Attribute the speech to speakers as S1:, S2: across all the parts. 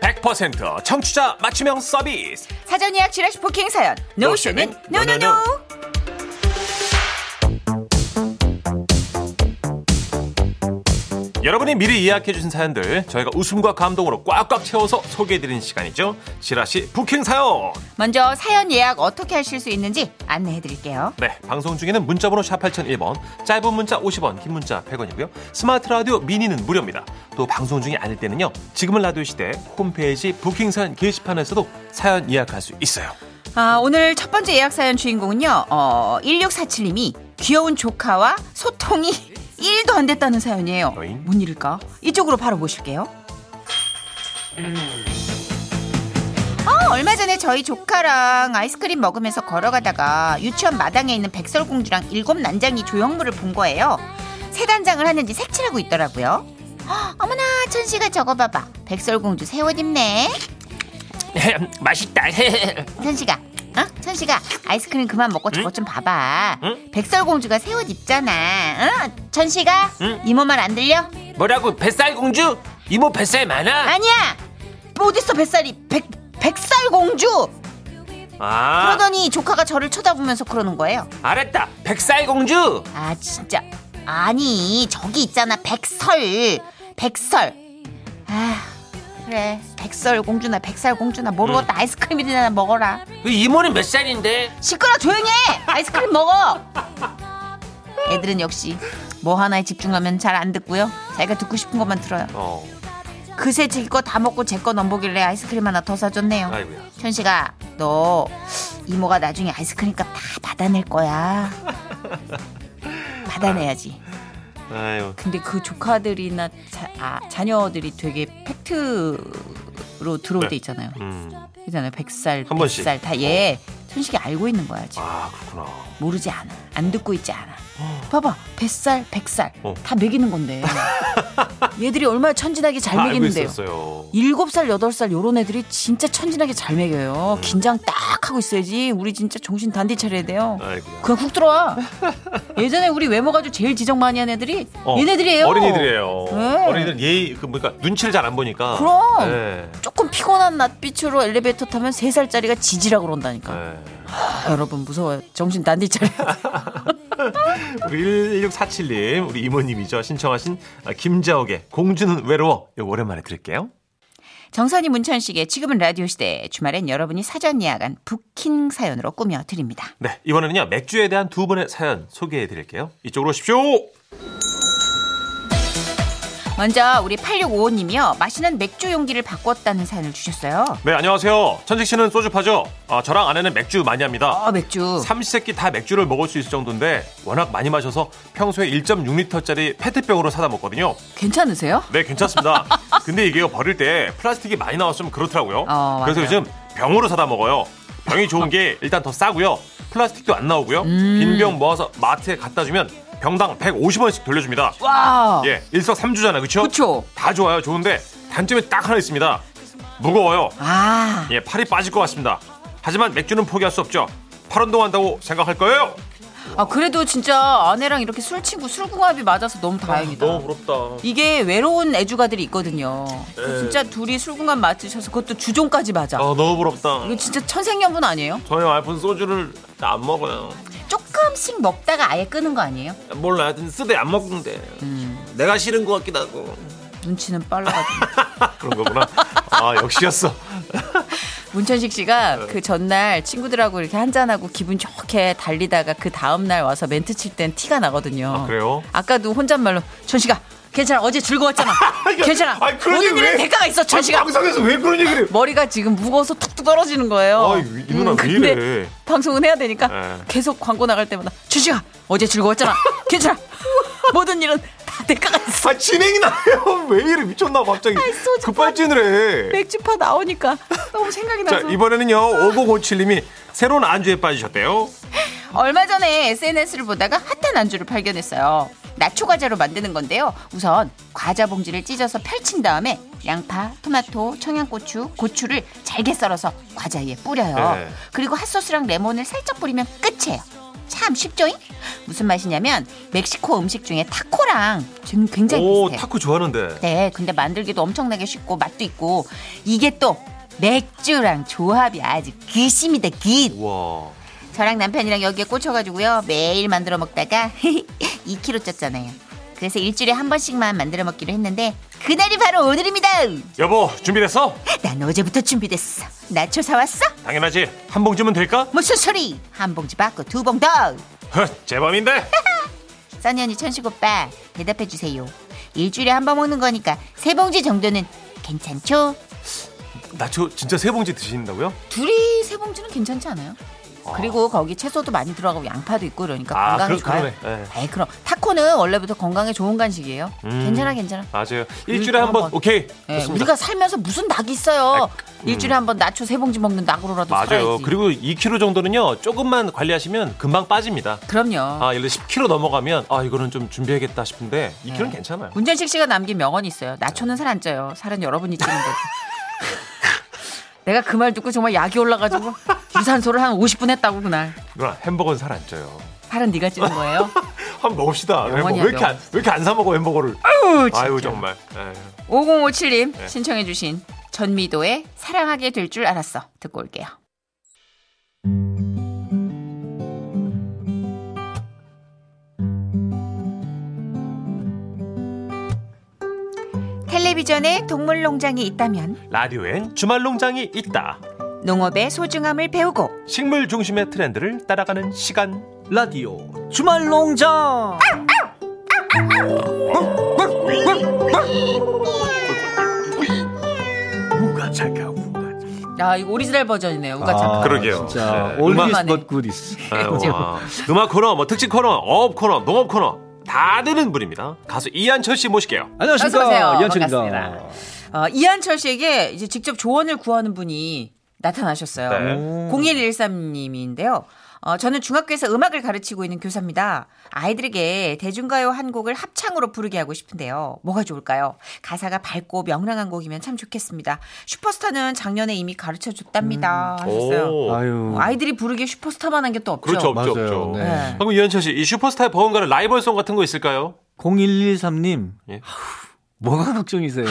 S1: 100% 청취자 맞춤형 서비스.
S2: 사전 예약 지라시 부킹 사연. 노쇼는 노노노.
S1: 여러분이 미리 예약해주신 사연들 저희가 웃음과 감동으로 꽉꽉 채워서 소개해드리는 시간이죠. 지라시 부킹 사연.
S2: 먼저 사연 예약 어떻게 하실 수 있는지 안내해 드릴게요.
S1: 네, 방송 중에는 문자번호 샵 8001번, 짧은 문자 50원, 긴 문자 100원이고요. 스마트 라디오 미니는 무료입니다. 또 방송 중이 아닐 때는요, 지금은 라디오 시대 홈페이지 부킹 사연 게시판에서도 사연 예약할 수 있어요.
S2: 아, 오늘 첫 번째 예약 사연 주인공은요. 어, 1647님이 귀여운 조카와 소통이 1도 안 됐다는 사연이에요.
S1: 어잉?
S2: 뭔 일일까? 이쪽으로 바로 모실게요. 어, 얼마 전에 저희 조카랑 아이스크림 먹으면서 걸어가다가 유치원 마당에 있는 백설공주랑 일곱 난장이 조형물을 본 거예요. 세단장을 하는지 색칠하고 있더라고요. 헉, 어머나, 천식아 저거 봐봐. 백설공주 새 옷 입네.
S1: 맛있다.
S2: 천식아, 어? 천식아, 아이스크림 그만 먹고 저것 좀 봐봐.
S1: 응?
S2: 백설공주가 새 옷 입잖아. 어? 천식아,
S1: 응?
S2: 이모 말 안 들려?
S1: 뭐라고 뱃살 공주? 이모 뱃살 많아?
S2: 아니야. 뭐 어딨어 뱃살이? 백 백살공주.
S1: 아,
S2: 그러더니 조카가 저를 쳐다보면서 그러는 거예요.
S1: 알았다. 뱃살 공주.
S2: 아 진짜. 아니 저기 있잖아 백설, 백설. 아 그래 백설공주나 백살공주나 모르겠다 아이스크림이나 먹어라.
S1: 그 이모는 몇 살인데?
S2: 시끄러 조용해 아이스크림 먹어 애들은 역시 뭐 하나에 집중하면 잘 안 듣고요 자기가 듣고 싶은 것만 들어요
S1: 어,
S2: 그새 제 거 다 먹고 제 거 넘보길래 아이스크림 하나 더 사줬네요
S1: 아이고야.
S2: 현식아 너 이모가 나중에 아이스크림 값 다 받아낼 거야 받아내야지
S1: 아유,
S2: 근데 그 조카들이나 자, 아, 자녀들이 되게 팩트로 들어올
S1: 네.
S2: 때 있잖아요
S1: 음,
S2: 있잖아요 백살
S1: 한 번씩. 어.
S2: 백살 다얘 천식이 알고 있는 거야 지금
S1: 아 그렇구나.
S2: 모르지 않아. 안 듣고 있지 않아. 봐봐. 뱃살, 백살.
S1: 어.
S2: 다 먹이는 건데. 얘들이 얼마나 천진하게 잘
S1: 다 알고
S2: 먹이는데요.
S1: 있었어요.
S2: 일곱 살 여덟 살 요런 애들이 진짜 천진하게 잘 먹여요.
S1: 네.
S2: 긴장 딱 하고 있어야지. 우리 진짜 정신 단디 차려야 돼요.
S1: 아이고야.
S2: 그냥 훅 들어와. 예전에 우리 외모 가지고 제일 지적 많이 한 애들이
S1: 어,
S2: 그 얘네들이에요.
S1: 어린이들이에요.
S2: 네.
S1: 어린이들 예의 그 뭐니까 눈치를 잘 안 보니까.
S2: 그럼.
S1: 네.
S2: 조금 피곤한 낮빛으로 엘리베이터 타면 세살짜리가 지지라 그런다니까.
S1: 네.
S2: 아, 여러분 무서워요. 정신 단디 차려.
S1: 우리 1647님 우리 이모님이죠 신청하신 아, 김자옥의 공주는 외로워 이거 오랜만에 들을게요.
S2: 정선이 문천식의 지금은 라디오 시대 주말엔 여러분이 사전 예약한 부킹 사연으로 꾸며 드립니다.
S1: 네 이번에는요 맥주에 대한 두 분의 사연 소개해 드릴게요. 이쪽으로 오십시오.
S2: 먼저 우리 8655님이요. 마시는 맥주 용기를 바꿨다는 사연을 주셨어요.
S1: 네 안녕하세요. 천식 씨는 소주 파죠? 아, 저랑 아내는 맥주 많이 합니다.
S2: 아 맥주.
S1: 삼시세끼 다 맥주를 먹을 수 있을 정도인데 워낙 많이 마셔서 평소에 1.6리터짜리 페트병으로 사다 먹거든요.
S2: 괜찮으세요?
S1: 네, 괜찮습니다. 근데 이게 버릴 때 플라스틱이 많이 나왔으면 그렇더라고요.
S2: 어,
S1: 그래서
S2: 맞아요.
S1: 요즘 병으로 사다 먹어요. 병이 좋은 게 일단 더 싸고요. 플라스틱도 안 나오고요.
S2: 음.
S1: 빈 병 모아서 마트에 갖다 주면 병당 150원씩 돌려줍니다.
S2: 와.
S1: 예, 일석삼주잖아요. 그렇죠?
S2: 어. 그쵸.
S1: 다 좋아요. 좋은데 단점이 딱 하나 있습니다. 무거워요.
S2: 아.
S1: 예, 팔이 빠질 것 같습니다. 하지만 맥주는 포기할 수 없죠. 팔 운동한다고 생각할 거예요.
S2: 아 그래도 진짜 아내랑 이렇게 술 친구 술 궁합이 맞아서 너무 다행이다.
S1: 너무 부럽다.
S2: 이게 외로운 애주가들이 있거든요.
S1: 예.
S2: 진짜 둘이 술 궁합 맞으셔서 그것도 주종까지 맞아.
S1: 아, 너무 부럽다.
S2: 이거 진짜 천생연분 아니에요?
S1: 저희 와이프는 소주를 안 먹어요.
S2: 조금씩 먹다가 아예 끄는 거 아니에요?
S1: 몰라 하여튼 쓰대 안 먹는데
S2: 음.
S1: 내가 싫은 것 같기도 하고
S2: 눈치는 빨라가지고.
S1: 그런 거구나 아 역시였어
S2: 문천식
S1: 네.
S2: 씨가 그 전날 친구들하고 이렇게 한잔하고 기분 좋게 달리다가 그 다음날 와서 멘트 칠 땐 티가 나거든요.
S1: 아, 그래요?
S2: 아까도 혼잣말로 천식아 괜찮아 어제 즐거웠잖아. 괜찮아.
S1: 아니, 그런
S2: 모든
S1: 얘기 왜-
S2: 일은 대가가 있어 천식아.
S1: 아니, 방송에서 왜 그런 얘기를
S2: 머리가 지금 무거워서 툭툭 떨어지는 거예요. 음,
S1: 아이, 이 누나 왜
S2: 근데
S1: 이래.
S2: 방송은 해야 되니까
S1: 네.
S2: 계속 광고 나갈 때마다 천식아 어제 즐거웠잖아. 괜찮아. 모든 일은 다 대가가 있어.
S1: 아 진행이 나요 왜 이래 미쳤나 봐, 갑자기
S2: 소주 네,
S1: 급발진을 해
S2: 맥주파 나오니까 너무 생각이
S1: 네. 자,
S2: 나서.
S1: 이번에는요 5057님이 새로운 안주에 빠지셨대요
S2: 얼마 전에 SNS를 보다가 핫한 안주를 발견했어요. 나초 과자로 만드는 건데요. 우선 과자 봉지를 찢어서 펼친 다음에 양파, 토마토, 청양고추, 고추를 잘게 썰어서 과자 위에 뿌려요.
S1: 네.
S2: 그리고 핫소스랑 레몬을 살짝 뿌리면 끝이에요. 참 쉽죠잉? 무슨 맛이냐면 멕시코 음식 중에 타코랑 지금 굉장히
S1: 오,
S2: 비슷해요.
S1: 타코 좋아하는데.
S2: 네, 근데 만들기도 엄청나게 쉽고 맛도 있고 이게 또 맥주랑 조합이 아주 귀심이다 귀.
S1: 우와.
S2: 저랑 남편이랑 여기에 꽂혀가지고요 매일 만들어 먹다가 2kg 쪘잖아요. 그래서 일주일에 한 번씩만 만들어 먹기로 했는데 그날이 바로 오늘입니다.
S1: 여보, 준비됐어?
S2: 난 어제부터 준비됐어. 나초 사왔어?
S1: 당연하지. 한 봉지면 될까?
S2: 무슨 소리? 한 봉지 받고 두 봉 더.
S1: 헉, 제범인데.
S2: 써니 언니 천식 오빠 대답해 주세요. 일주일에 한 번 먹는 거니까 세 봉지 정도는 괜찮죠?
S1: 나초 진짜 세 봉지 드신다고요?
S2: 둘이 세 봉지는 괜찮지 않아요? 그리고 거기 채소도 많이 들어가고 양파도 있고 이러니까
S1: 어. 아,
S2: 건강에
S1: 그렇-
S2: 좋아요.
S1: 그러네.
S2: 에이, 그럼 타코는 원래부터 건강에 좋은 간식이에요.
S1: 음.
S2: 괜찮아 괜찮아.
S1: 맞아요. 일주일에 한 번.
S2: 번.
S1: 오케이.
S2: 예,
S1: 좋습니다.
S2: 우리가 살면서 무슨 낙이 있어요?
S1: 아,
S2: 일주일에 한 번 나초 세 봉지 먹는 낙으로라도
S1: 맞아요.
S2: 살아야지.
S1: 그리고 2kg 정도는요. 조금만 관리하시면 금방 빠집니다.
S2: 그럼요.
S1: 아, 예를 들어 10kg 넘어가면 아, 이거는 좀 준비해야겠다 싶은데 2kg는
S2: 예.
S1: 괜찮아요.
S2: 문전식 씨가 남긴 명언이 있어요. 나초는 살 안 쪄요. 살은 여러분이 찌는 거지. 내가 그 말 듣고 정말 약이 올라가지고 유산소를 한 50분 했다고 그날.
S1: 누나, 햄버거는 살 안 쪄요.
S2: 살은 네가 찌는 거예요.
S1: 한번 먹읍시다. 햄버거. 왜
S2: 영원이야,
S1: 이렇게 안, 왜 이렇게 안 사 먹어 햄버거를? 아유, 정말. 예. 에휴.
S2: 5057님
S1: 네.
S2: 신청해 주신 전미도의 사랑하게 될 줄 알았어 듣고 올게요. 텔레비전에 동물농장이 있다면
S1: 라디오엔 주말 농장이 있다.
S2: 농업의 소중함을 배우고
S1: 식물 중심의 트렌드를 따라가는 시간.
S3: 라디오 주말 농장 누가 착하고
S2: 야 이거 오리지널 버전이네요. 우가
S3: 아,
S2: 참.
S1: 그러게요.
S3: 진짜
S1: 네,
S3: 올
S1: 음악-
S3: 디스 것 굿이스
S1: 아유, 와. 음악 코너, 뭐 특집 코너, 어업 코너, 농업 코너 다 되는 분입니다. 가수 이한철 씨 모실게요.
S3: 안녕하십니까
S2: 어서 오세요.
S3: 이한철입니다
S2: 반갑습니다. 어, 이한철 씨에게 이제 직접 조언을 구하는 분이 나타나셨어요.
S1: 네.
S2: 0113님인데요. 어, 저는 중학교에서 음악을 가르치고 있는 교사입니다. 아이들에게 대중가요 한 곡을 합창으로 부르게 하고 싶은데요. 뭐가 좋을까요? 가사가 밝고 명랑한 곡이면 참 좋겠습니다. 슈퍼스타는 작년에 이미 가르쳐 줬답니다. 하셨어요.
S1: 음. 오.
S3: 아유
S2: 아이들이 부르기 슈퍼스타만한 게 또 없죠.
S1: 그렇죠, 없죠,
S3: 맞아요.
S1: 없죠.
S3: 네.
S2: 네.
S1: 그럼 이현철 씨, 이 슈퍼스타의 버금가는 라이벌송 같은 거 있을까요?
S3: 0113님
S1: 예.
S3: 아우, 뭐가 걱정이세요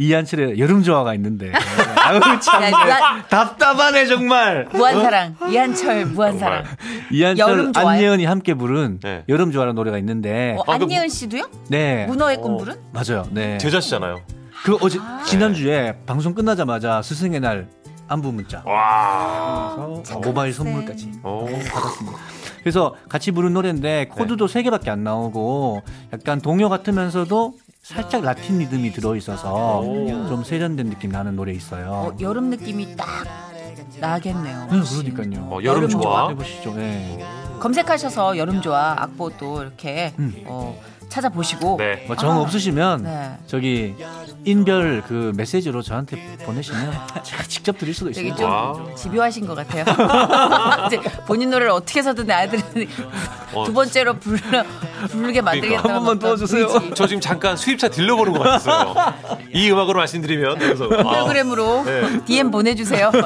S3: 이한철의 여름 조화가 있는데 아유 참
S2: 야, 무한,
S3: 답답하네 정말
S2: 무한사랑. 이한철 무한사랑. 여름
S3: 이한철
S2: 좋아요?
S3: 안예은이 함께 부른
S1: 네.
S3: 여름 좋아라는 노래가 있는데
S2: 어,
S1: 방금
S2: 안예은 씨도요?
S3: 네
S2: 문어의
S1: 그 어.
S2: 꿈부른?
S3: 맞아요 네
S1: 제자씨잖아요.
S3: 그 어제 지난주에 방송 끝나자마자 스승의 날 안부 문자
S1: 와.
S3: 그래서 모바일 선물까지
S1: 오.
S3: 그래서 같이 부른
S1: 네.
S3: 노래인데 코드도 세 개밖에 안 나오고 약간 동요 같으면서도 살짝 라틴 리듬이 들어 있어서
S1: 오.
S3: 좀 세련된 느낌 나는 노래 있어요.
S2: 어, 여름 느낌이 딱 나겠네요.
S3: 네,
S2: 혹시.
S3: 그러니까요.
S1: 어, 여름 좋아.
S3: 해보시죠. 네.
S2: 검색하셔서 여름 좋아 악보 또 이렇게
S3: 음.
S2: 어, 찾아보시고
S1: 네.
S3: 뭐정
S2: 아.
S3: 없으시면
S2: 네.
S3: 저기 인별 그 메시지로 저한테 보내시면 제가 직접 드릴 수도
S2: 되게
S3: 있어요.
S2: 좀
S1: 와.
S2: 집요하신 것 같아요. 이제 본인 노래를 어떻게 해서든 아들은
S1: 어.
S2: 두 번째로 불러 부르게 만들겠다.
S3: 한 번만 도와주세요.
S1: 저 지금 잠깐 수입차 들러보는 것 같았어요. 이 음악으로 말씀드리면. 그래서. 아.
S2: 프로그램으로
S1: 네.
S2: DM 보내주세요.
S1: 네,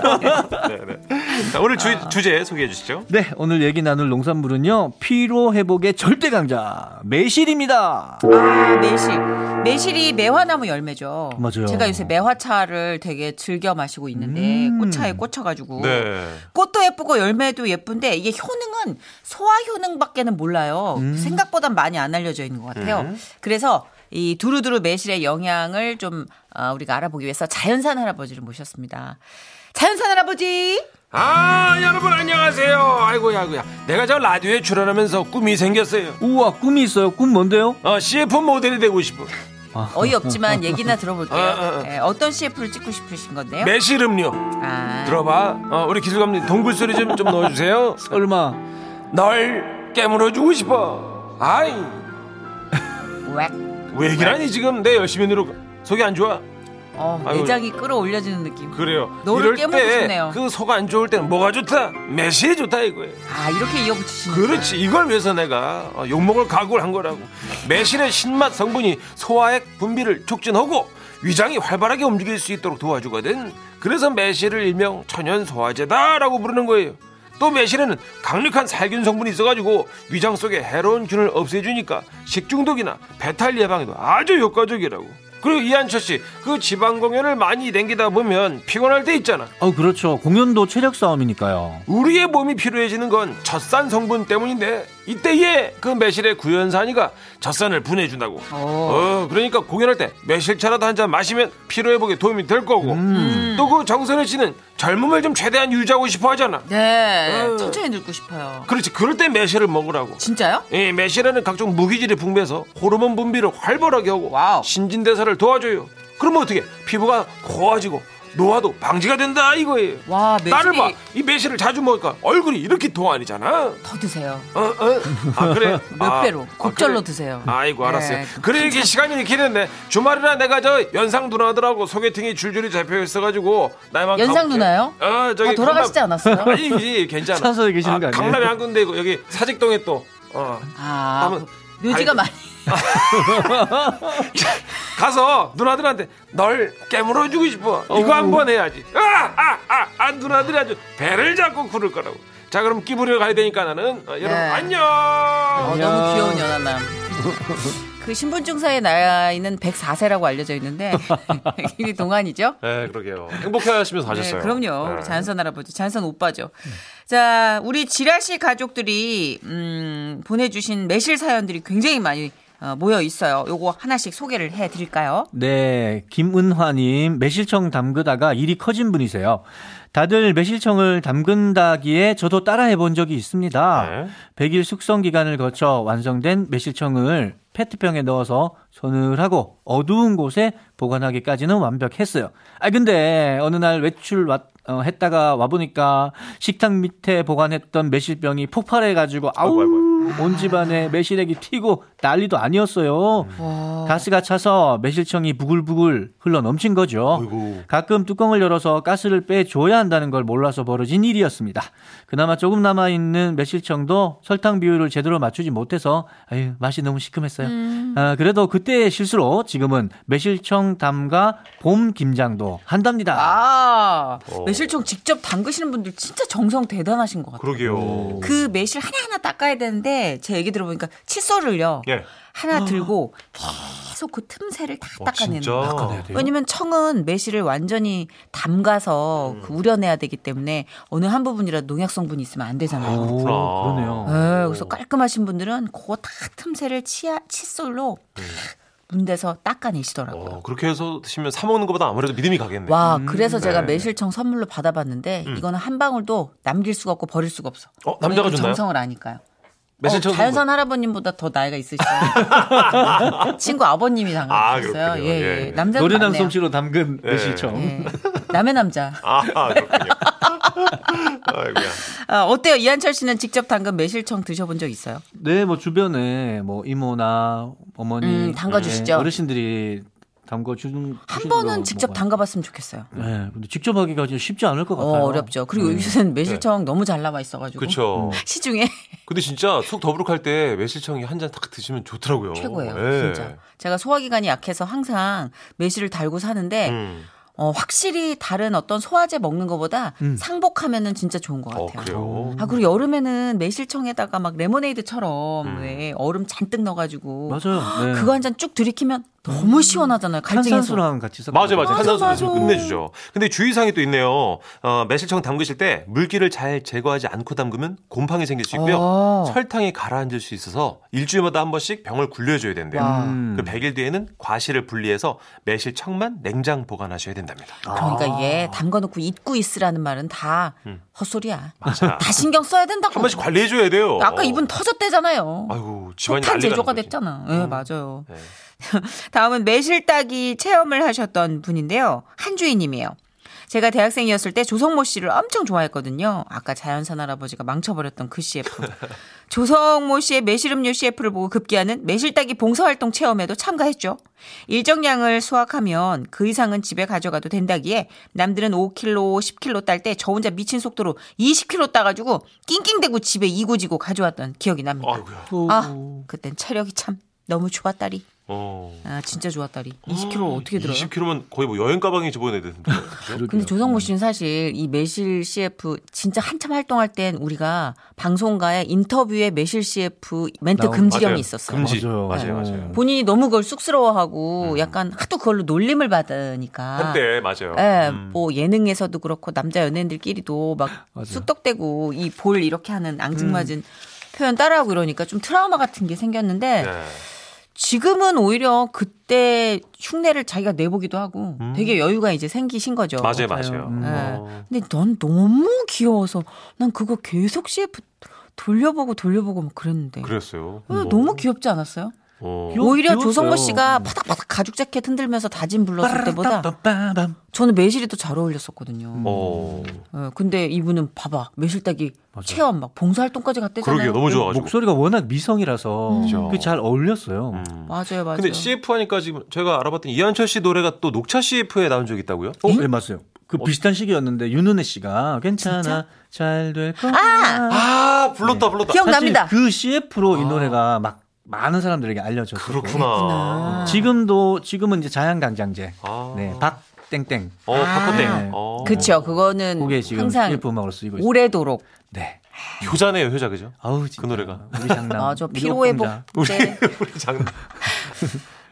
S1: 네. 자, 오늘 주, 주제 소개해 주시죠.
S3: 네, 오늘 얘기 나눌 농산물은요. 피로 회복의 절대 강자 매실입니다.
S2: 아 매실 매실이 매화나무 열매죠.
S3: 맞아요.
S2: 제가 요새 매화차를 되게 즐겨 마시고 있는데
S3: 음.
S2: 꽃차에 꽂혀가지고
S1: 네.
S2: 꽃도 예쁘고 열매도 예쁜데 이게 효능은 소화 효능밖에는 몰라요.
S1: 음.
S2: 생각보단 많이 안 알려져 있는 것 같아요.
S1: 네.
S2: 그래서 이 두루두루 매실의 영향을 좀 아, 우리가 알아보기 위해서 자연산 할아버지를 모셨습니다. 자연산 할아버지.
S1: 아, 여러분 안녕하세요. 아이고야, 아이고야. 내가 저 라디오에 출연하면서 꿈이 생겼어요.
S3: 우와, 꿈이 있어요. 꿈 뭔데요?
S1: 어, CF 모델이 되고 싶어.
S2: 어이없지만 얘기나 들어볼게요.
S1: 아, 아, 아.
S2: 예, 어떤 CF를 찍고 싶으신 건데요?
S1: 매실 음료.
S2: 아,
S1: 들어봐. 어, 우리 기술감님 동굴 소리 좀, 좀 넣어주세요.
S3: 설마
S1: 널 깨물어주고 싶어. 아이.
S2: 웩.
S1: 왜 얘기라니 지금 내 열심히 누르고 속이 안 좋아.
S2: 어,
S1: 아이고.
S2: 내장이 끌어올려지는 느낌.
S1: 그래요.
S2: 너를
S1: 이럴
S2: 깨물고
S1: 때
S2: 싶네요.
S1: 그 속 안 좋을 때는 뭐가 좋다? 매실이 좋다 이거예요.
S2: 아, 이렇게 이어붙이시는
S1: 그렇지 이걸 위해서 내가 어, 욕먹을 각오를 한 거라고 매실의 신맛 성분이 소화액 분비를 촉진하고 위장이 활발하게 움직일 수 있도록 도와주거든 그래서 매실을 일명 천연 소화제다라고 부르는 거예요 또 매실에는 강력한 살균 성분이 있어가지고 위장 속에 해로운균을 없애주니까 식중독이나 배탈 예방에도 아주 효과적이라고. 그리고 이한철 씨, 그 지방 공연을 많이 댕기다 보면 피곤할 때 있잖아.
S3: 어, 그렇죠. 공연도 체력 싸움이니까요.
S1: 우리의 몸이 필요해지는 건 젖산 성분 때문인데 이때에 그 매실의 구연산이가 젖산을 분해해준다고. 어, 그러니까 공연할 때 매실차라도 한 잔 마시면 피로 회복에 도움이 될 거고. 또 그 정선혜 씨는 젊음을 좀 최대한 유지하고 싶어 하잖아.
S2: 네,
S1: 음.
S2: 천천히 늙고 싶어요.
S1: 그렇지. 그럴 때 매실을 먹으라고.
S2: 진짜요?
S1: 이 매실에는 각종 무기질이 분비해서 호르몬 분비를 활발하게 하고
S2: 와우.
S1: 신진대사를 도와줘요. 그러면 어떻게 피부가 고와지고 노화도 방지가 된다 이거예요.
S2: 와, 매실이-
S1: 나를 봐. 이 매실을 자주 먹으니까 얼굴이 이렇게 동안이잖아.
S2: 더 드세요.
S1: 어, 어? 아 그래.
S2: 몇
S1: 아,
S2: 배로. 곡절로
S1: 그래.
S2: 드세요.
S1: 아이고 알았어요.
S2: 네.
S1: 그래 이게 시간이 이렇게 됐네. 주말이라 내가 저 연상 누나들하고 소개팅이 줄줄이 잡혀 있어가지고 나만
S2: 연상 누나요?
S1: 아 저기
S2: 다 돌아가시지
S1: 강남-
S2: 않았어요?
S1: 아니 이게 괜찮아.
S3: 사서에 계시는 거 아니에요?
S1: 강남에 한 군데 있고 여기 사직동에 또 어.
S2: 아,
S1: 그러면
S2: 그 묘지가
S1: 아이고.
S2: 많이.
S1: 가서 누나들한테 널 깨물어 주고 싶어. 이거 한 번 해야지. 아, 아, 아, 아, 누나들이 아주 배를 잡고 구를 거라고. 자, 그럼 끼부려 가야 되니까 나는 어, 여러분
S2: 네.
S1: 안녕.
S2: 어, 너무 귀여운 연하남. 그 신분증서에 나이는 104세라고 알려져 있는데 이게 동안이죠?
S1: 네, 그러게요. 행복해 하시면서
S2: 네,
S1: 하셨어요.
S2: 그럼요.
S1: 네.
S2: 우리 자연선 할아버지, 자연선 오빠죠. 자, 우리 지라시 가족들이 음, 보내주신 매실 사연들이 굉장히 많이 어, 모여 있어요. 요거 하나씩 소개를 해드릴까요?
S3: 네, 김은화님 매실청 담그다가 일이 커진 분이세요. 다들 매실청을 담근다기에 저도 따라 해본 적이 있습니다.
S1: 네.
S3: 100일 숙성 기간을 거쳐 완성된 매실청을 페트병에 넣어서 서늘하고 어두운 곳에 보관하기까지는 완벽했어요. 아 근데 어느 날 외출 왔- 어, 했다가 와 보니까 식탁 밑에 보관했던 매실병이 폭발해 가지고 아우
S1: 아이고,
S3: 온 집안에 매실액이 튀고 난리도 아니었어요. 가스가 차서 매실청이 부글부글 흘러 넘친 거죠. 가끔 뚜껑을 열어서 가스를 빼줘야 한다는 걸 몰라서 벌어진 일이었습니다. 그나마 조금 남아있는 매실청도 설탕 비율을 제대로 맞추지 못해서 아유, 맛이 너무 시큼했어요.
S2: 음.
S3: 아, 그래도 그때의 실수로 지금은 매실청 담가 봄 김장도 한답니다.
S2: 아,
S1: 어.
S2: 매실청 직접 담그시는 분들 진짜 정성 대단하신 것 같아요.
S1: 그러게요.
S2: 그 매실 하나하나 닦아야 되는데 제 얘기 들어보니까 칫솔을요.
S1: 예.
S2: 하나 들고 계속 그 틈새를 다 닦아내는
S1: 어, 진짜.
S2: 거예요.
S1: 닦아내야
S2: 왜냐면 청은 매실을 완전히 담가서
S1: 음.
S2: 그 우려내야 되기 때문에 어느 한 부분이라도 농약 성분이 있으면 안 되잖아요.
S3: 오,
S1: 그렇구나.
S3: 그러네요.
S2: 예, 그래서 깔끔하신 분들은 그거 다 틈새를 치아,
S1: 음.
S2: 칫솔로 다 문대서 닦아내시더라고요.
S1: 어, 그렇게 해서 드시면 사 먹는 것보다 아무래도 믿음이 가겠네.
S2: 와, 어, 그래서 제가
S1: 네. 음.
S2: 매실청 선물로 받아봤는데 이거는 한 방울도 남길 수가 없고 버릴 수가 없어.
S1: 어, 남자가
S2: 그
S1: 줬나요?
S2: 정성을 아니까요.
S1: 매실청
S2: 어, 자연산 할아버님보다 더 나이가 있으시죠. 친구 아버님이
S1: 아,
S2: 당하셨어요.
S1: 그렇군요.
S2: 예, 예.
S1: 예.
S2: 남자
S3: 노래난 솜씨로 담근
S1: 예.
S3: 매실청.
S2: 예. 남의 남자.
S1: 아, 그렇군요. 아이고야.
S2: 아, 어때요? 이한철 씨는 직접 담근 매실청 드셔본 적 있어요?
S3: 네, 뭐 주변에 뭐 이모나 어머니,
S2: 음, 담가주시죠.
S3: 네, 어르신들이 담가 주는
S2: 한 번은 직접 담가봤으면 좋겠어요.
S3: 네, 근데 직접 하기가 좀 쉽지 않을 것
S2: 어,
S3: 같아요. 예.
S2: 어렵죠. 그리고 요새는 매실청 너무 잘 나와
S1: 음. 네.
S2: 있어가지고
S1: 그렇죠.
S2: 시중에
S1: 근데 진짜 속 더부룩할 때 매실청이 한 잔 딱 드시면 좋더라고요.
S2: 최고예요.
S1: 예.
S2: 진짜. 제가 소화기관이 약해서 항상 매실을 달고 사는데
S1: 음.
S2: 어, 확실히 다른 어떤 소화제 먹는 것보다
S3: 음.
S2: 상복하면은 진짜 좋은 것
S1: 어,
S2: 같아요.
S1: 그래요.
S2: 아 그리고 여름에는 매실청에다가 막 레모네이드처럼 왜 얼음 잔뜩 넣어가지고
S3: 맞아요. 네.
S2: 그거 한 잔 쭉 들이키면 너무 시원하잖아요. 갈증에서.
S3: 탄산수랑 같이 섞어.
S1: 맞아, 맞아.
S2: 맞아,
S1: 탄산수 좀
S2: 맞아.
S1: 끝내주죠. 근데 주의사항이 또 있네요. 어, 매실청 담그실 때 물기를 잘 제거하지 않고 담그면 곰팡이 생길 수 있고요.
S2: 어.
S1: 설탕이 가라앉을 수 있어서 일주일마다 한 번씩 병을 굴려줘야 된대요.
S2: 와.
S1: 그
S3: 음.
S1: 100일 뒤에는 과실을 분리해서 매실청만 냉장 보관하셔야 된답니다.
S2: 그러니까
S1: 아.
S2: 얘 담가놓고 잊고 있으라는 말은 다 헛소리야.
S1: 음. 맞아.
S2: 다 신경 써야 된다고.
S1: 한 번씩 관리해줘야 돼요.
S2: 아까 이분 터졌대잖아요.
S1: 아이고, 집안이
S2: 폭탄
S1: 난리가
S2: 제조가
S1: 난 거지.
S2: 됐잖아. 예, 맞아요.
S1: 네.
S2: 다음은 매실따기 체험을 하셨던 분인데요. 한주희님이에요. 제가 대학생이었을 때 조성모 씨를 엄청 좋아했거든요. 아까 자연산 할아버지가 망쳐버렸던 그 CF. 조성모 씨의 매실음료 CF를 보고 급기야는 매실따기 봉사활동 체험에도 참가했죠. 일정량을 수확하면 그 이상은 집에 가져가도 된다기에 남들은 5kg, 10kg 딸 때 저 혼자 미친 속도로 20kg 따가지고 낑낑대고 집에 이고지고 가져왔던 기억이 납니다.
S1: 아이고야.
S2: 아, 그땐 체력이 참 너무 좋았다리.
S1: 어. 어.
S2: 아 진짜 좋아 딸이.
S1: 음,
S2: 20kg 어떻게 들어요?
S1: 20kg면 거의 뭐 여행 가방에 집어넣어야 되는데. 그죠?
S2: 근데 조성모
S1: 음.
S2: 씨는 사실 이 매실 CF 진짜 한참 활동할 땐 우리가 방송가에 인터뷰에 매실 CF 멘트
S3: 나온-
S2: 금지령이
S1: 맞아요.
S2: 있었어요.
S1: 금지.
S3: 맞아요.
S1: 맞아요,
S3: 어.
S1: 맞아요.
S2: 본인이 너무 그걸 쑥스러워하고 약간 하도 그걸로 놀림을 받으니까.
S1: 한때 맞아요.
S2: 예,
S1: 음.
S2: 뭐 예능에서도 그렇고 남자 연예인들끼리도 막
S3: 맞아요.
S2: 쑥덕대고 이 볼 이렇게 하는 앙증맞은
S1: 음.
S2: 표현 따라하고 이러니까 좀 트라우마 같은 게 생겼는데
S1: 네.
S2: 지금은 오히려 그때 흉내를 자기가 내보기도 하고 되게 여유가 이제 생기신 거죠.
S1: 맞아요, 맞아요.
S3: 음.
S1: 어.
S2: 근데 넌 너무 귀여워서 난 그거 계속 CF 돌려보고 돌려보고 막 그랬는데.
S1: 그랬어요.
S2: 어,
S1: 뭐.
S2: 너무 귀엽지 않았어요?
S1: 어.
S3: 귀여워,
S2: 오히려
S3: 귀여웠어요.
S2: 조성모 씨가
S3: 음.
S2: 파닥파닥 가죽 자켓 흔들면서 다짐 불렀을 때보다
S3: 빠밤.
S2: 저는 매실이 더 잘 어울렸었거든요.
S1: 어.
S2: 어, 근데 이분은 봐봐 매실따기
S3: 맞아요.
S2: 체험 막 봉사활동까지 갔대잖아요.
S1: 그러게요. 너무 좋아가지고.
S3: 목소리가 워낙
S2: 음.
S3: 미성이라서
S1: 그죠.
S3: 그게 잘 어울렸어요.
S1: 음.
S2: 맞아요, 맞아요.
S1: 근데 CF 하니까 지금 제가 알아봤더니 이한철 씨 노래가 또 녹차 CF에 나온 적이 있다고요?
S2: 예?
S3: 어, 네, 맞아요. 그 비슷한 시기였는데 윤은혜 씨가 괜찮아 잘 될 거야.
S1: 아, 불렀다, 불렀다.
S2: 기억-
S3: 사실
S2: 기억납니다.
S3: 그 CF로
S1: 아.
S3: 이 노래가 막 많은 사람들에게 알려졌고
S2: 아.
S1: 그렇구나.
S3: 아. 지금도 지금은 이제 자양강장제.
S1: 아.
S3: 네, 박땡땡.
S1: 어, 바꿨네.
S3: 네.
S1: 어.
S2: 그쵸. 그거는
S3: 그게 지금
S2: 음, 항상
S3: CF 음악으로 쓰이고 있어요.
S2: 오래도록
S3: 네.
S1: 효자네요, 효자 그죠?
S3: 아우 진짜.
S1: 그 노래가.
S3: 우리 장남.
S2: 맞아
S3: 우리
S2: 피로 회복
S3: 옥동자.
S2: 때
S1: 우리 장난.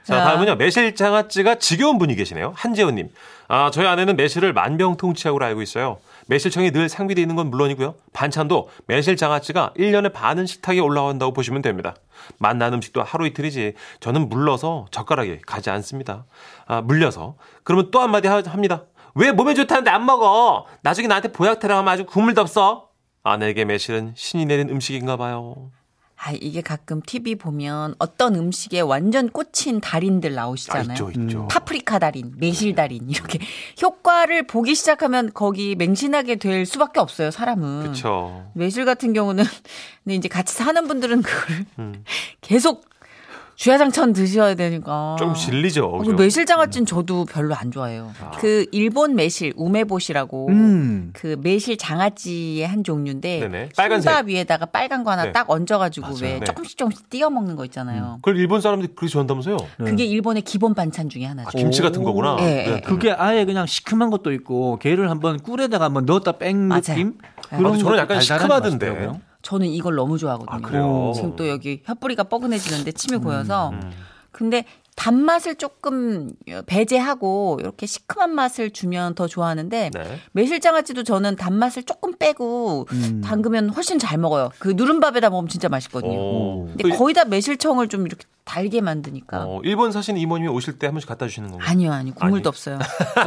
S1: 자, 다음은요. 매실 장아찌가 지겨운 분이 계시네요. 한재호님. 아, 저희 아내는 매실을 만병통치약으로 알고 있어요. 매실청이 늘 상비되어 있는 건 물론이고요. 반찬도 매실 장아찌가 1년에 반은 식탁에 올라온다고 보시면 됩니다. 맛난 음식도 하루 이틀이지. 저는 물러서 젓가락에 가지 않습니다. 아, 물려서. 그러면 또 한마디 하- 합니다. 왜 몸에 좋다는데 안 먹어? 나중에 나한테 보약 타령하면 아주 국물도 없어. 아내에게 매실은 신이 내린 음식인가 봐요.
S2: 아 이게 가끔 TV 보면 어떤 음식에 완전 꽂힌 달인들
S1: 아,
S2: 나오시잖아요. 음.
S1: 있죠, 음. 있죠.
S2: 파프리카 달인, 매실 달인 이렇게 효과를 보기 시작하면 거기 맹신하게 될 수밖에 없어요. 사람은.
S1: 그렇죠.
S2: 매실 같은 경우는 근데 이제 같이 사는 분들은 그걸
S1: 음.
S2: 계속 주야장천 드셔야 되니까.
S1: 좀 음. 질리죠.
S2: 아, 그
S1: 그죠?
S2: 매실 장아찌는 저도 별로 안 좋아해요. 그 일본 매실 우메보시라고
S3: 음.
S2: 그 매실 장아찌의 한 종류인데
S1: 네네. 빨간색.
S2: 밥 위에다가 빨간 거 하나
S1: 네.
S2: 딱 얹어가지고 왜
S1: 네.
S2: 조금씩 조금씩 띄워 먹는 거 있잖아요.
S1: 그걸 일본 사람들이 그렇게 좋아한다면서요?
S2: 그게 일본의 기본 반찬 중에 하나죠.
S1: 아, 김치 같은 거구나. 네.
S2: 예, 예.
S3: 그게 아예 그냥 시큼한 것도 있고 게를 한번 꿀에다가 한번 넣었다 뺀
S2: 맞아요. 네.
S3: 느낌.
S1: 아, 저는
S3: 것도
S1: 약간
S3: 달달한
S1: 시큼하던데.
S3: 맛이 있더라고요.
S2: 저는 이걸 너무 좋아하거든요.
S1: 아, 그래요? 음.
S2: 지금 또 여기 혀뿌리가 뻐근해지는데 침이 고여서. 근데 단맛을 조금 배제하고 이렇게 시큼한 맛을 주면 더 좋아하는데
S1: 네.
S2: 매실장아찌도 저는 단맛을 조금 빼고 담그면 훨씬 잘 먹어요. 그 누른 밥에다 먹으면 진짜 맛있거든요.
S1: 오.
S2: 음. 근데 거의 다 매실청을 좀 이렇게 달게 만드니까.
S1: 그 어, 일본 사시는 이모님이 오실 때 한 번씩 갖다 주시는 건가요?
S2: 아니요, 아니요.
S1: 음. 아니.
S2: 국물도 없어요.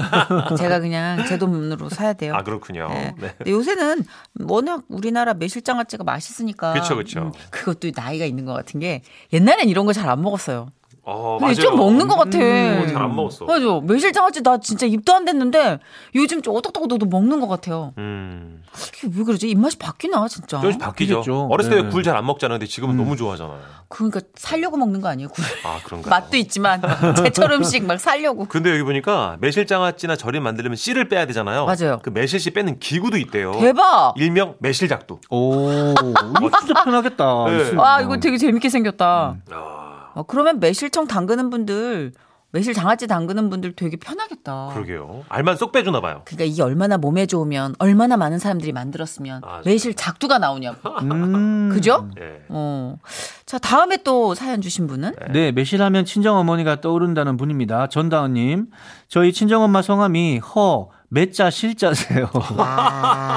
S2: 제가 그냥 제 돈으로 사야 돼요.
S1: 아, 그렇군요.
S2: 네.
S1: 네.
S2: 근데 요새는 워낙 우리나라 매실장아찌가 맛있으니까. 음,
S1: 그쵸, 그쵸.
S2: 그것도 나이가 있는 것 같은 게 옛날엔 이런 거 잘 안 먹었어요.
S1: 어, 맞아요.
S2: 근데 좀 먹는 것 같아.
S1: 잘 안 먹었어.
S2: 맞아. 매실장아찌 나 진짜 입도 안 됐는데 요즘 좀 오독독독 먹는 것 같아요.
S1: 음.
S2: 이게 왜 그러지? 입맛이 아, 바뀌나 진짜.
S1: 조금씩 바뀌죠.
S3: 바뀌겠죠.
S1: 어렸을 때
S3: 네.
S1: 굴 잘 안 먹잖아요. 근데
S2: 음.
S1: 지금은 너무 좋아하잖아요.
S2: 그러니까 살려고 먹는 거 아니에요? 굴.
S1: 아, 그런가요?
S2: 맛도 있지만 제철 음식 막 살려고.
S1: 근데 여기 보니까 매실장아찌나 절임 만들려면 씨를 빼야 되잖아요.
S2: 맞아요.
S1: 그 매실씨 빼는 기구도 있대요.
S2: 대박.
S1: 일명 매실작두.
S3: 오, 이거 진짜 편하겠다.
S1: 네.
S3: 있으면.
S2: 와 이거 되게 재밌게 생겼다.
S1: 아,
S2: 아, 그러면 매실청 담그는 분들, 매실 장아찌 담그는 분들 되게 편하겠다.
S1: 그러게요. 알만 쏙 빼주나 봐요.
S2: 러니까 이게 얼마나 몸에 좋으면 얼마나 많은 사람들이 만들었으면
S1: 아, 진짜.
S2: 매실 작두가 나오냐고.
S3: 음.
S2: 그죠?
S1: 예.
S2: 어. 자, 다음에 또 사연 주신 분은
S3: 네, 매실하면 친정어머니가 떠오른다는 분입니다. 전다은님. 저희 친정엄마 성함이 허, 매자 실자세요.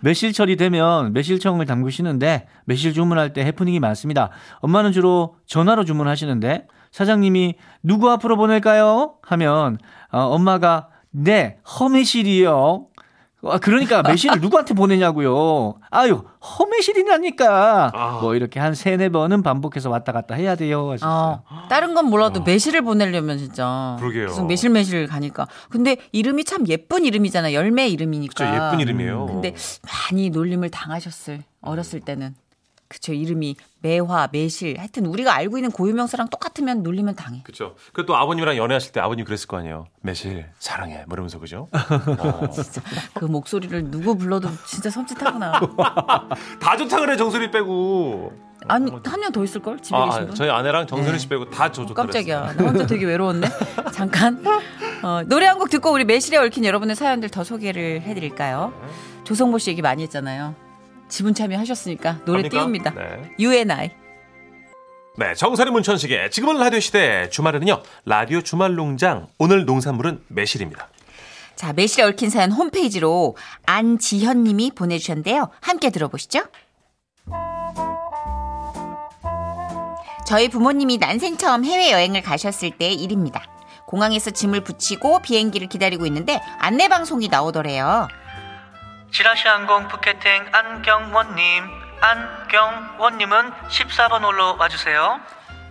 S3: 매실철이 되면 매실청을 담그시는데 매실 주문할 때 해프닝이 많습니다. 엄마는 주로 전화로 주문하시는데 사장님이 누구 앞으로 보낼까요? 하면 어, 엄마가 네, 허매실이요. 아, 그러니까 매실을 누구한테 보내냐고요. 아유, 허매실이라니까.
S1: 아.
S3: 뭐 이렇게 한 세네 번은 반복해서 왔다 갔다 해야 돼요.
S2: 어, 다른 건 몰라도 매실을 보내려면 진짜
S1: 그러게요.
S2: 계속 매실매실 가니까. 근데 이름이 참 예쁜 이름이잖아. 열매 이름이니까.
S1: 그쵸, 어. 예쁜 이름이에요.
S2: 근데 많이 놀림을 당하셨을 어렸을 때는 그쵸 이름이 매화, 매실 하여튼 우리가 알고 있는 고유명사랑 똑같으면 놀리면 당해.
S1: 그렇죠. 그 또 아버님이랑 연애하실 때 아버님 그랬을 거 아니에요. 매실 사랑해. 뭐 그러면서 그죠? 어.
S2: 진짜 그 목소리를 누구 불러도 진짜 섬찟하구나.
S1: 다 좋다 그래 정수리 빼고.
S2: 아니 한 명 더 있을 걸 집에
S1: 아,
S2: 계신
S1: 아,
S2: 분.
S1: 저희 아내랑 정수리 씨
S2: 네.
S1: 빼고 다 저줬다.
S2: 깜짝이야. 나 혼자 되게 외로웠네. 잠깐. 어, 노래 한 곡 듣고 우리 매실에 얽힌 여러분의 사연들 더 소개를 해드릴까요?
S1: 네.
S2: 조성모 씨 얘기 많이 했잖아요. 지분 참여하셨으니까 노래 띄웁니다.
S1: 네.
S2: UNI.
S1: 네, 정설이 문천식의 지금은 라디오 시대 주말에는요 라디오 주말 농장 오늘 농산물은 매실입니다.
S2: 자, 매실에 얽힌 사연 홈페이지로 안지현 님이 보내주셨는데요. 함께 들어보시죠.
S4: 저희 부모님이 난생 처음 해외여행을 가셨을 때의 일입니다. 공항에서 짐을 붙이고 비행기를 기다리고 있는데 안내방송이 나오더래요.
S3: 지라시 항공 부캐팅 안경원님, 안경원님은 14번 홀로 와주세요.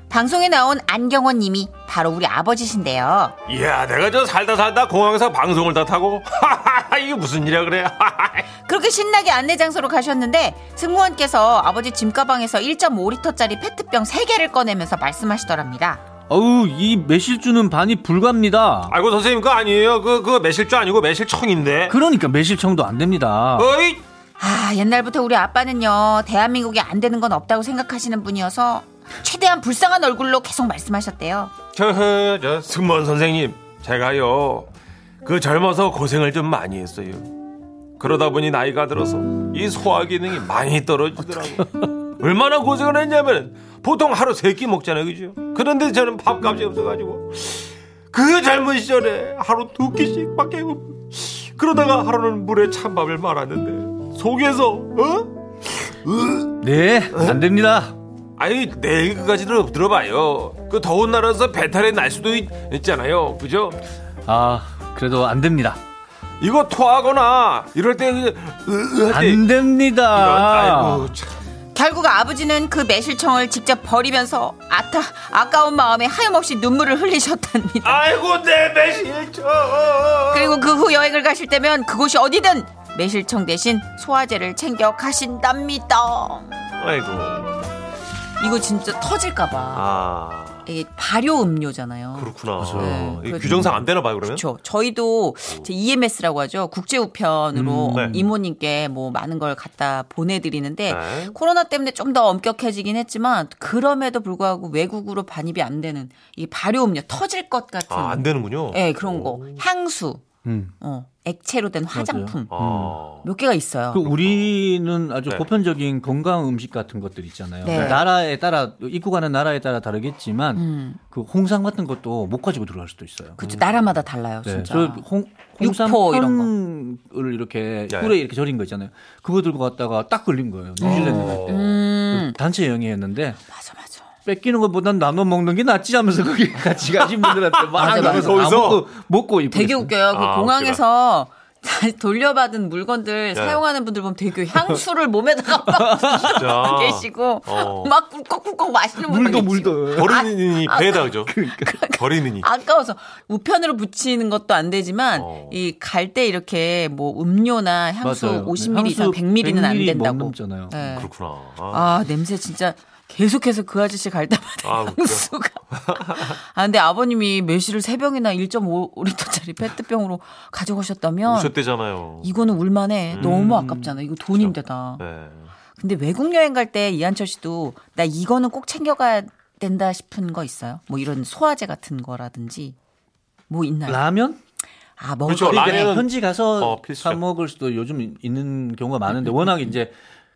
S4: 방송에 나온 안경원 님이 바로 우리 아버지신데요.
S1: 이야, 내가 저 살다 살다 공항에서 방송을 다 타고 이게 무슨 일이야 그래?
S4: 그렇게 신나게 안내 장소로 가셨는데 승무원께서 아버지 짐가방에서 1.5리터짜리 페트병 3개를 꺼내면서 말씀하시더랍니다.
S5: 어우 이 매실주는 반이 불갑니다.
S1: 아이고 선생님 그거 아니에요. 그 그 매실주 아니고 매실청인데.
S5: 그러니까 매실청도 안 됩니다.
S1: 어이.
S4: 아, 옛날부터 우리 아빠는요, 대한민국에 안 되는 건 없다고 생각하시는 분이어서 최대한 불쌍한 얼굴로 계속 말씀하셨대요.
S1: 저저 저, 승무원 선생님 제가요 그 젊어서 고생을 좀 많이 했어요 그러다 보니 나이가 들어서 이 소화 기능이 많이 떨어지더라고요 얼마나 고생을 했냐면 보통 하루 세 끼 먹잖아요 그죠 그런데 저는 밥값이 없어가지고 그 젊은 시절에 하루 두 끼씩 밖에 못 그러다가 하루는 물에 찬밥을 말았는데 속에서 어?
S5: 네, 안 됩니다.
S1: 아니 내일 그까지 들어, 들어봐요 그 더운 나라에서 배탈이 날 수도 있, 있잖아요 그죠
S5: 아, 그래도 안 됩니다.
S1: 이거 토하거나 이럴 때 그냥 으, 으, 할 때.
S5: 안 됩니다.
S1: 아이고 참.
S4: 결국 아버지는 그 매실청을 직접 버리면서 아타, 아까운 마음에 하염없이 눈물을 흘리셨답니다.
S1: 아이고 내 매실청.
S4: 그리고 그 후 여행을 가실 때면 그곳이 어디든 매실청 대신 소화제를 챙겨 가신답니다.
S1: 아이고.
S2: 이거 진짜 터질까봐.
S1: 아
S2: 이게 발효 음료잖아요.
S1: 그렇구나.
S2: 네,
S1: 이
S2: 그래도-
S1: 규정상 안 되나 봐요 그러면.
S2: 그렇죠. 저희도 제 EMS라고 하죠. 국제 우편으로
S1: 음, 네.
S2: 이모님께 뭐 많은 걸 갖다 보내드리는데
S1: 네.
S2: 코로나 때문에 좀 더 엄격해지긴 했지만 그럼에도 불구하고 외국으로 반입이 안 되는 이 발효음료 터질 것 같은
S1: 아안 되는군요.
S2: 예 그런 거 향수
S5: 음.
S2: 어 액체로 된 화장품
S1: 아.
S2: 몇 개가 있어요.
S5: 그 우리는 아주
S1: 네.
S5: 보편적인 건강 음식 같은 것들 있잖아요.
S2: 네.
S5: 나라에 따라 입고 가는 나라에 따라 다르겠지만
S2: 음.
S5: 그 홍삼 같은 것도 못 가지고 들어갈 수도 있어요.
S2: 그쵸 나라마다 달라요
S5: 네,
S2: 진짜.
S5: 저 홍, 홍삼
S2: 육포 이런 거.
S5: 을 이렇게
S1: 네.
S5: 꿀에 이렇게 절인 거 있잖아요. 그거 들고 갔다가 딱 걸린 거예요.
S2: 어.
S5: 뉴질랜드 갈 때. 그 단체 여행이었는데
S2: 음, 맞아 맞아.
S5: 뺏기는 것보단 나눠 먹는 게 낫지 하면서 거기 같이 가신 분들한테 막
S2: 맞아, 맞아.
S5: 거기서
S1: 거기서?
S5: 먹고 입고
S2: 되게
S5: 그랬어요.
S2: 웃겨요. 그
S1: 아,
S2: 공항에서 다시 돌려받은 물건들 사용하는 분들 보면 되게 향수를 몸에다가 막
S1: 진짜.
S2: 계시고
S1: 아. 어.
S2: 막 꿀꺽꿀꺽 마시는 분들
S5: 물도
S2: 계시고.
S5: 물도
S1: 버리는 이 배에다 그죠. 버리는 이.
S2: 아까워서 우편으로 붙이는 것도 안 되지만
S1: 어.
S2: 이 갈 때 이렇게 뭐 음료나 향수
S5: 맞아요.
S2: 50ml
S5: 향수
S2: 이상 100ml는 안
S5: 100ml 못
S2: 된다고.
S5: 넘잖아요.
S2: 네.
S1: 그렇구나. 아,
S2: 아 냄새 진짜 계속해서 그 아저씨 갈 때마다
S1: 아, 웃겨.
S2: 향수가. 아 근데 아버님이 매실을 3 병이나 1.5리터짜리 페트병으로 가져가셨다면
S1: 오셨대잖아요.
S2: 이거는 울만해. 너무
S5: 음.
S2: 아깝잖아. 이거 돈인데다.
S1: 네.
S2: 근데 외국 여행 갈 때 이한철 씨도 나 이거는 꼭 챙겨가야 된다 싶은 거 있어요? 뭐 이런 소화제 같은 거라든지 뭐 있나요?
S5: 라면?
S2: 아 먹을
S1: 그렇죠.
S2: 때.
S1: 라면. 라면은-
S5: 그러니까 현지 가서
S1: 어, 필수야.
S5: 사 먹을 수도 요즘 있는 경우가 많은데 워낙 이제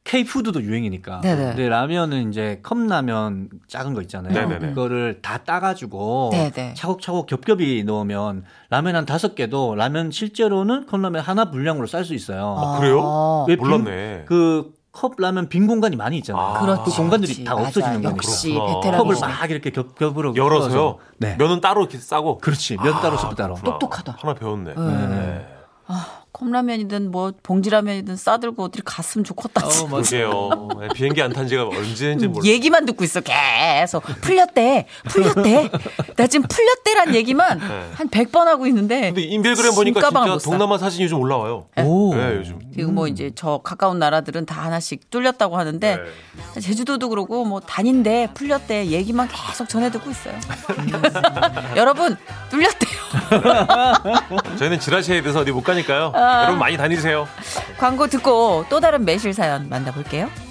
S5: K 푸드도 유행이니까.
S2: 네네.
S5: 근데 라면은 이제 컵라면 작은 거 있잖아요.
S1: 네네네.
S5: 그거를 다 따가지고
S2: 네네.
S5: 차곡차곡 겹겹이 넣으면 라면 한 다섯 개도 라면 실제로는 컵라면 하나 분량으로 쌀 수 있어요.
S1: 아, 그래요?
S2: 어,
S5: 왜 빈-
S1: 몰랐네.
S5: 그 컵라면 빈 공간이 많이 있잖아요.
S1: 아.
S2: 그렇지.
S5: 그 공간들이
S2: 그렇지.
S5: 다
S2: 맞아.
S5: 없어지는 거니까.
S2: 역시
S1: 그렇구나.
S5: 컵을
S2: 베테랑이
S5: 막 이렇게 겹겹으로
S1: 열어서요. 아.
S5: 풀어서. 네.
S1: 면은 따로 이렇게 싸고.
S5: 그렇지. 면 따로 수프 따로.
S1: 그렇구나.
S2: 똑똑하다.
S1: 하나 배웠네.
S2: 네.
S1: 네.
S2: 컵라면이든 뭐 봉지라면이든 싸들고 어디 갔으면 좋겠다.
S5: 어, 맞-
S1: 그게요. 네, 비행기 안 탄 지가 언제인지 모르.
S2: 얘기만 듣고 있어 계속 풀렸대 풀렸대 나 지금
S5: 네.
S2: 풀렸대란 얘기만 한 100번 하고 있는데
S1: 근데 인별그램 보니까
S2: 짐가방
S1: 진짜
S2: 못 사.
S1: 동남아 사진이 좀 올라와요.
S5: 오.
S1: 예, 거예요 요즘.
S2: 그리고 뭐 이제 저 가까운 나라들은 다 하나씩 뚫렸다고 하는데 제주도도 그러고 뭐 단인데 풀렸대 얘기만 계속 전해 듣고 있어요. 여러분 뚫렸대요.
S1: 저희는 지라시에
S2: 아.
S1: 대해서 어디 못 가니까요. 여러분 많이 다니세요.
S2: 광고 듣고 또 다른 매실 사연 만나볼게요.